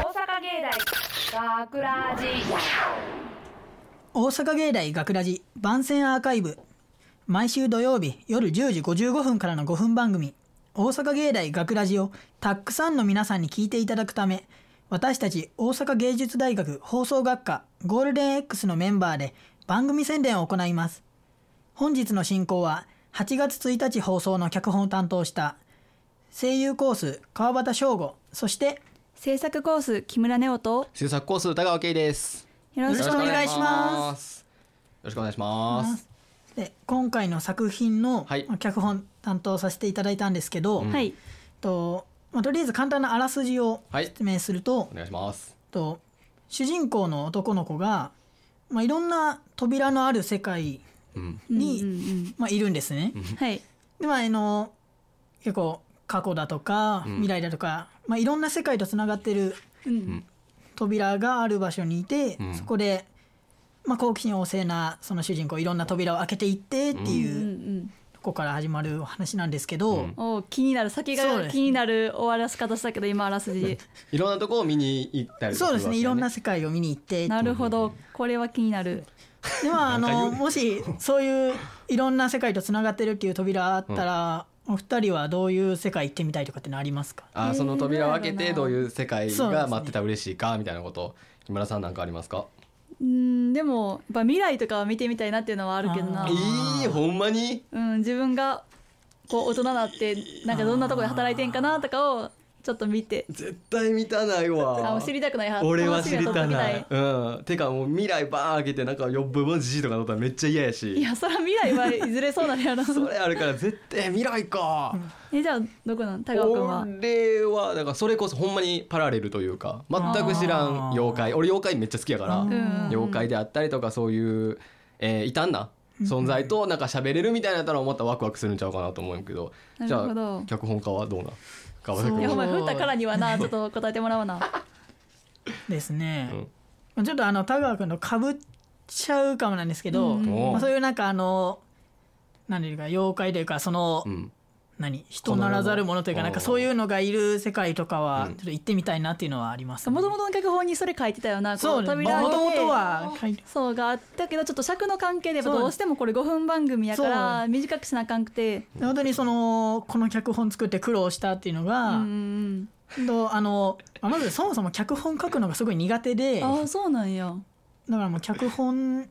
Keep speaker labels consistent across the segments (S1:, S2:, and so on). S1: 大学ラジ
S2: 大阪芸大学ラジ番宣アーカイブ毎週土曜日夜10時55分からの5分番組「大阪芸大学ラジをたくさんの皆さんに聞いていただくため私たち大阪芸術大学放送学科ゴールデン X のメンバーで番組宣伝を行います本日の進行は8月1日放送の脚本を担当した声優コース川端翔吾そして
S3: 制作コース木村ネオと
S4: 制作コース歌川圭です。。
S3: よろしくお願いします
S4: よろしくお願いします。
S2: で今回の作品の
S4: はい
S2: 脚本担当させていただいたんですけど、
S4: う
S3: す。
S4: ん
S3: はい。
S2: とまあ、とりあえず簡単なあらすじを
S4: はい
S2: 説明すると,、
S4: お願いします。
S2: と主人公の男の子が、まあ、いろんな扉のある世界、
S4: うん。
S2: に
S3: うんうん
S2: まあ、いるんですね。
S3: うんはい。
S2: でまああの結構過去だとか
S4: うん
S2: 未来だとか、まあ、いろんな世界とつながってる
S3: うん
S2: 扉がある場所にいて、
S4: うん
S2: そこで、まあ、好奇心旺盛なその主人公いろんな扉を開けていってって
S3: うんう
S2: いう、
S3: ん。
S2: とこから始まるお話なんですけど、
S4: うん
S3: お気になる先
S2: そう
S3: が
S2: です
S3: 気になる終わらし方したけど今あらすじ。
S4: いろんなとこを見に行ったり
S2: そうですねいろんな
S4: す
S2: 世界を見に行って
S3: なるほど。これは気になる。
S2: でまああ
S4: なんか言
S2: の
S4: うね
S2: もしそういういろんな世界とつながってるっていう扉あったら、お二人はどういう世界行ってみたいとかってのありますか
S4: るわけね。あー、その扉を開け
S3: え
S4: て
S3: ー
S4: どういう世界
S2: そうです
S4: が
S2: ね
S4: 待ってたら嬉しいかみたいなこと。木村さんなんかありますか。
S3: うんでもやっぱ未来とかは見てみたいなっていうのはあるけどな
S2: あ
S4: え。
S2: ー
S4: ー、ほんまに。
S3: うん自分がこう大人になってなんかどんなところで働いてんかなとかをちょっと見て。
S4: 絶対見たない
S3: あ
S4: わ
S3: もう。知りたくないは
S4: 俺は
S3: 楽し
S4: 知
S3: み
S4: り
S3: は取
S4: た
S3: っとき
S4: ない。うん。てかもう未来バーン開けてなんかよっぶぼじじとかだったらめっちゃ嫌や
S3: い
S4: し。
S3: やそれは未来はいずれそうなるやろ
S4: それあるから絶対未来か。
S3: えじゃあどこなん田川君は
S4: 俺はだからそれこそほんまにパラレルというか全く知らん妖怪俺妖怪めっちゃ好きやから
S2: うん
S4: 妖怪であったりとかそういう、えー、異端な存在となんか喋れるみたいなやったら思ったらワクワクするんちゃうかなと思うんやけど
S3: な
S4: じ
S3: る
S4: ゃ
S3: ほど
S4: あ脚本家はどうなん川端
S2: そう
S3: い
S4: 君
S3: や
S4: は
S3: お前振ったからには なちょっと答えてもらおうな
S2: ですね、ちょっとあの田川君のかぶっちゃうかもなんですけど、
S3: うん
S4: お
S2: まあ、
S4: う
S2: そういうなんかあの何ていうか妖怪というかその、
S4: うん
S2: 何人ならざる者というか
S4: この
S2: なんかそういうのがいる世界とかはちょっと行ってみたいなっていうのはあります、
S3: もともとの脚本にそれ書いてたよな。
S2: そう
S3: こ
S2: ねも
S3: 扉開けて
S2: ともとは書いて
S3: そうがあったけどちょっと尺の関係でやっぱ
S2: そう
S3: どうしてもこれ5分番組やから短くしなあかんくて
S2: 本当にそのこの脚本作って苦労したっていうの
S3: う
S2: が、
S3: ん
S2: とあのまあまずそもそも脚本書くのがすごい苦手で
S3: うん
S2: だか
S3: ああそうなんや
S2: らもう脚本だ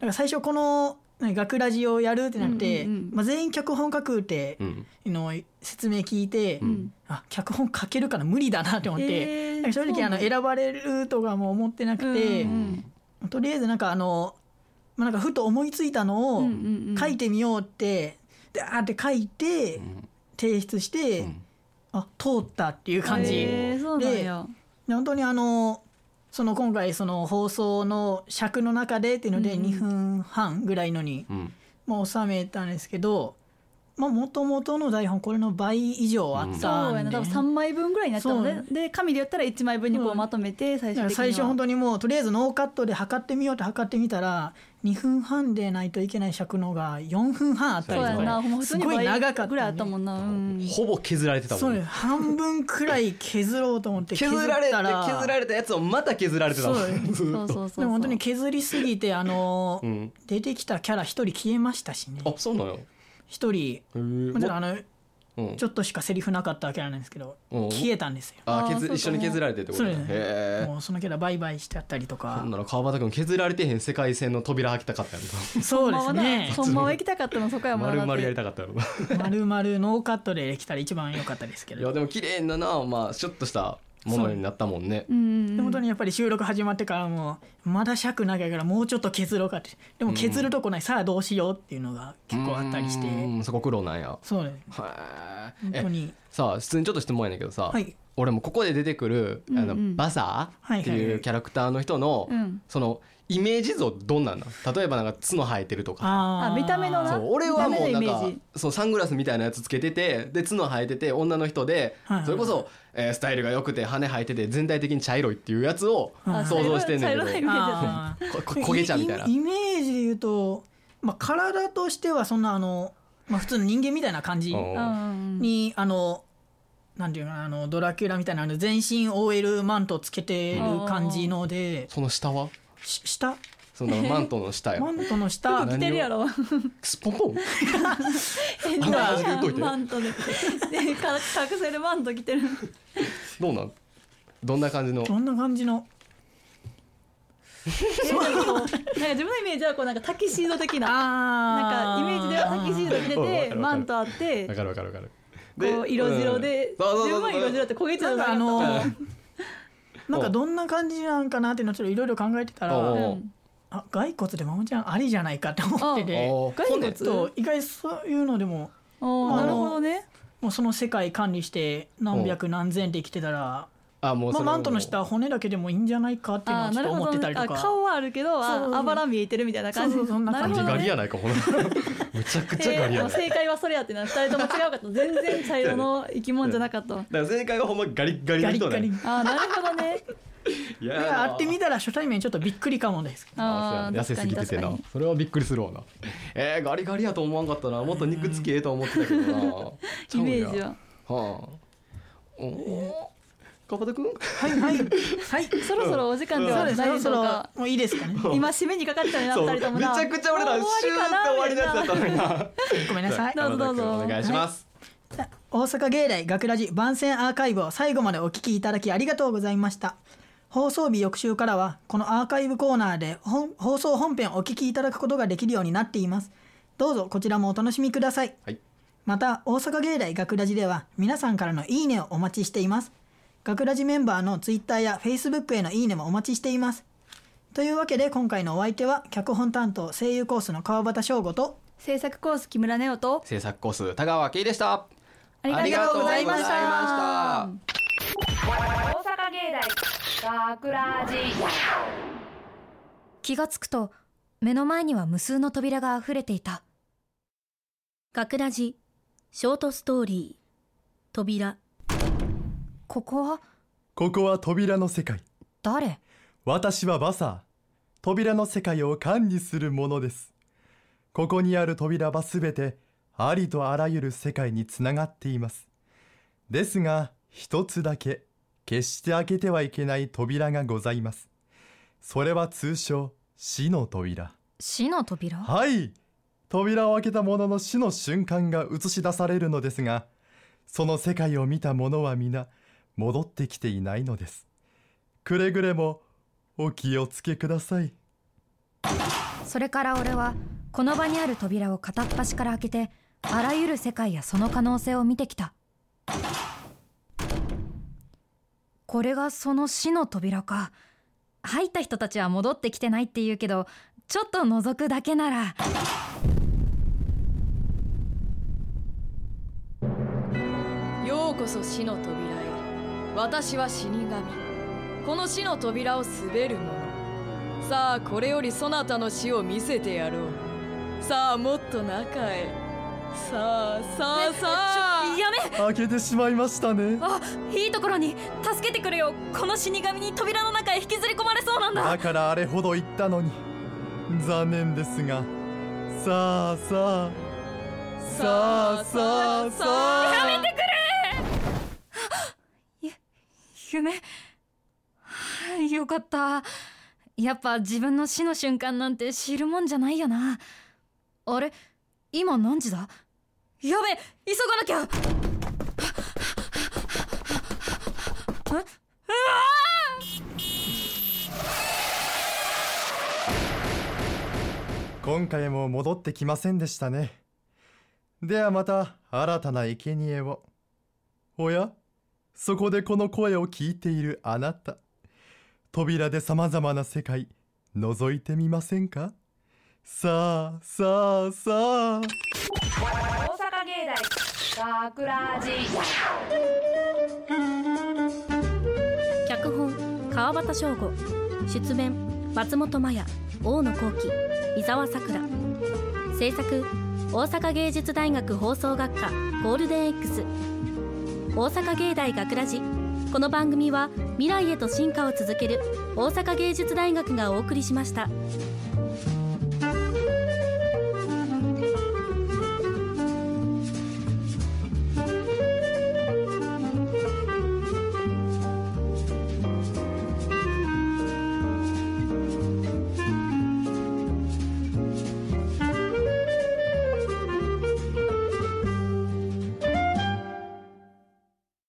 S2: から最初この何学ラジをやるってなって、
S3: うんうんうん
S2: まあ、全員脚本書くって
S4: うん
S2: の説明聞いて、
S3: うん
S2: あ脚本書けるから無理だなって思って、
S3: へー
S2: なんか正直あの
S3: そうなんや
S2: 選ばれるとかも思ってなくて。
S3: うん
S2: とりあえずなんかあの、まあ、なんかふと思いついたの
S3: う
S2: を
S3: んうんうん
S2: 書いてみようって、であーって書いて
S4: うん
S2: 提出して、
S4: うん
S2: あ通ったっていう感じ、で
S3: へーそうなんや
S2: 本当にあのその今回その放送の尺の中でっていうので
S3: うんうん
S2: 2分半ぐらいのに、
S4: うん
S2: まあ、収めたんですけどもともとの台本これの倍以上あっ
S3: そう
S2: たんで、
S3: やな多分3枚分ぐらいになったの
S2: そうなん
S3: ねで紙でやったら1枚分にこうまとめて最
S2: だから
S3: 終的に
S2: 最初本
S3: 当
S2: 当にもうとりあえずノーカットで測ってみようって測ってみたら2分半でないといけない尺のが4分半あった
S3: そう
S2: りと
S3: や
S2: か
S3: なほんま普
S2: す
S3: 通に
S2: ごい
S3: 倍
S2: 長かったね
S3: ぐらいあったもんなうん
S4: ほぼ削られてたも
S2: そ
S4: ん
S2: う
S4: ね
S2: です半分くらい削ろうと思って
S4: 削られて
S2: 削った
S4: 削られたやつをまた削られてたもん
S2: そうで
S4: ず
S3: そう
S4: っ
S3: そう
S4: と
S3: そうそう
S2: でも本当に削りすぎてあのー、
S4: うん
S2: 出てきたキャラ1人消えましたしね
S4: あそうなのよへ
S2: 1人
S4: え
S2: まあちょっとあの
S4: うん
S2: ちょっとしかセリフなかったキャラなんですけど
S4: うん
S2: 消えたんですよ
S4: あ
S3: あーそう
S4: 削
S3: か
S4: 一緒に削られてってことね
S2: そうですね
S4: へー
S2: もうそのキャラバイバイしてあったりと
S4: そ
S2: か
S4: んなら川端君削られてへん世界線の扉開きたかったやろ
S2: そうですね
S3: ほんまは行きたかったのそこやもん
S4: な
S3: な
S4: 丸々やり
S3: だ
S4: たかったやろな
S2: 丸々ノーカットでできたら一番良かったですけ
S4: い
S2: ど
S4: やでも綺麗ななまあシュッとしたものになったもんね
S3: ってうんうん
S2: で本当にやっぱり収録始まってからもまだ尺長いからもうちょっと削ろうかってでも削るとこない、さあどうしようっていうのが結構あったりして
S4: うんそこ苦労なんや
S2: そうね
S4: へー
S2: 本当
S4: え
S2: に
S4: さあ普通にちょっと質問やねんけどさ、
S2: はい
S4: 俺もここで出てくるあの、
S3: うんうん
S4: バサ
S2: はいはいはい
S4: ーっていうキャラクターの人の、
S3: うん
S4: そのイメージ像どんなんなん例えばなんか角生えてるとか
S2: あー
S3: あ見た目の
S4: そ
S3: な
S4: う俺はもうなん
S3: 見た目のイメ
S4: か
S3: ージ
S4: そうサングラスみたいなやつつけててで角生えてて女の人で
S2: はいはい
S4: それこそ、えースタイルが良くて羽生えてて全体的に茶色いっていうやつを
S2: あ
S4: 想像してんねん
S3: 茶色い
S4: け
S3: みたい
S2: あー
S4: どここ焦げ茶みたいな
S2: イイメージで言うと、まあ、体としてはそんなあの、まあ、普通の人間みたいな感じ
S4: うん
S3: うんうんうん
S2: にあのなんていうのあのドラキュラみたいなあの全身 OL マントつけてる感じので、
S4: その下は
S2: し下
S4: そのマントの下や
S2: マントの下
S4: 何
S3: 着てるやろ
S4: スポンポン
S3: 変
S4: あんな感じで言っといて
S3: マントで でか隠せるマント着てる
S4: どうなんどんな感じの
S2: どんな感じの
S3: えなんかこうなんか自分のイメージはこうなんかタキシード的な
S2: あ
S3: なんかイメージではタキシード着
S4: うんわか
S3: て
S4: るわか
S3: て
S4: る
S3: マントあって
S4: わかるわかるわかる
S3: こう色白で
S4: うんそうそう
S3: 自
S4: そ
S3: 分
S4: う
S3: も色白って焦げちゃう
S2: なんかあの
S3: なんか
S2: なんかどんな感じなんかなっていうのをちょっといろいろ考えてた
S4: おう
S2: ら
S4: おう
S3: うん
S2: あ骸骨でマモちゃんありじゃないかって思ってて
S4: おう
S3: 骸骨
S2: ちょっと意外そういうのでも
S3: おー
S2: あの
S3: なるほどね
S2: もうその世界管理して何百何千って生きてたら、
S4: あも
S2: ま
S4: うそ
S2: あ、
S4: れは
S2: マ
S4: もう
S2: ントの下は骨だけでもいいんじゃないかっていうの
S3: あ
S2: を
S3: ー
S2: ちょ
S3: な
S2: っ
S3: る
S2: と思
S3: ほ
S2: ってたり
S3: ど
S2: と
S3: あ
S2: か
S3: 顔はあるけど
S2: そうそうそう
S3: ああばら見えてるみたいな感じ
S2: そうそうそんな
S3: な
S2: 感
S3: る
S2: じ
S3: ほ
S4: ガ
S3: ど
S4: リや
S3: ね
S4: ないかほら むちゃくちゃガリ
S3: えー
S4: やない
S3: 正解はそれやってな2人とも違うかった 全然茶色の生き物じゃなかったあ
S4: だから正解はほんまガリッガリ
S2: ガ
S4: の
S2: リ
S4: 人
S2: ッ
S4: ね
S2: ガリだ
S3: ーなるほどね
S4: や
S2: から会ってみ
S4: た
S2: たら初対面ちょっとびっくりかもです
S3: あー
S4: 痩せすぎてて
S3: 確か
S4: な
S3: に確か
S4: それはびっくりするわなえー、ガリガリやと思わんかったなもっと肉付きええと思ってたけどな ちゃ
S3: イ
S4: う
S3: メ
S4: やん
S3: ージは
S4: はあおおかばたくん
S2: はいはい はい
S3: そろそろお時間で
S2: そう
S3: は
S2: です
S3: ない
S2: そろ
S3: でし
S2: そ
S3: ょう
S2: ろ
S3: か
S2: もういいですかね
S3: 今締めにかかったよな
S4: そう
S3: 2
S4: めち
S3: 人ともな
S4: ゃくちゃ俺らシ
S3: も
S4: ュ
S3: う
S4: ーって終わりのやつだったのにな
S2: ごめんなさい
S3: どうぞどうぞ
S4: お願いします、
S2: さあ大阪芸大学ラジ番宣アーカイブを最後までお聞きいただきありがとうございました放送日翌週からはこのアーカイブコーナーで本放送本編をお聞きいただくことができるようになっていますどうぞこちらもお楽しみください
S4: はい
S2: また大阪芸大学ラジでは皆さんからのいいねをお待ちしています学ラジメンバーのツイッターやフェイスブックへのいいねもお待ちしていますというわけで今回のお相手は脚本担当声優コースの川端翔吾と
S3: 制作コース木村ネオと
S4: 制作コース田川圭でした
S3: ありがとうございまし
S4: ありがとうござい
S3: た
S4: まし。
S1: 大阪芸大学ラジ
S5: 気がつくと目の前には無数の扉があふれていた学ラジショートストーリー扉ここは
S6: ここは扉の世界
S5: 誰
S6: 私はバサー扉の世界を管理するものですここにある扉はすべてありとあらゆる世界につながっていますですが一つだけ決して開けてはいけない扉がございますそれは通称死の扉
S5: 死の扉
S6: はい扉を開けた者の死の瞬間が映し出されるのですがその世界を見た者は皆戻ってきていないのですくれぐれもお気をつけください
S5: それから俺はこの場にある扉を片っ端から開けてあらゆる世界やその可能性を見てきたこれがその死の扉か入った人たちは戻ってきてないって言うけどちょっと覗くだけなら
S7: ようこそ死の扉へ私は死神この死の扉を滑る者さあこれよりそなたの死を見せてやろうさあもっと中へさあさあさあ
S5: やめ
S6: 開けてしまいましたね
S5: あいいところに助けてくれよこの死神に扉の中へ引きずり込まれそうなんだ
S6: だからあれほど言ったのに残念ですがさあさあさあさあさあ
S7: やめて
S5: 夢は あよかったやっぱ自分の死の瞬間なんて知るもんじゃないよなあれ今何時だやべ急がなきゃえうわ
S6: 今回も戻ってきませんでしたねではまた新たな生贄をおやそこでこの声を聞いているあなた扉で様々な世界覗いてみませんかさあさあさ
S1: 大
S6: あ
S1: 阪芸大学ラジ
S8: 脚本川端翔吾出演松本麻也大野幸喜伊沢さくら制作大阪芸術大学放送学科ゴールデン X 大阪芸大学ラジこの番組は未来へと進化を続ける大阪芸術大学がお送りしました。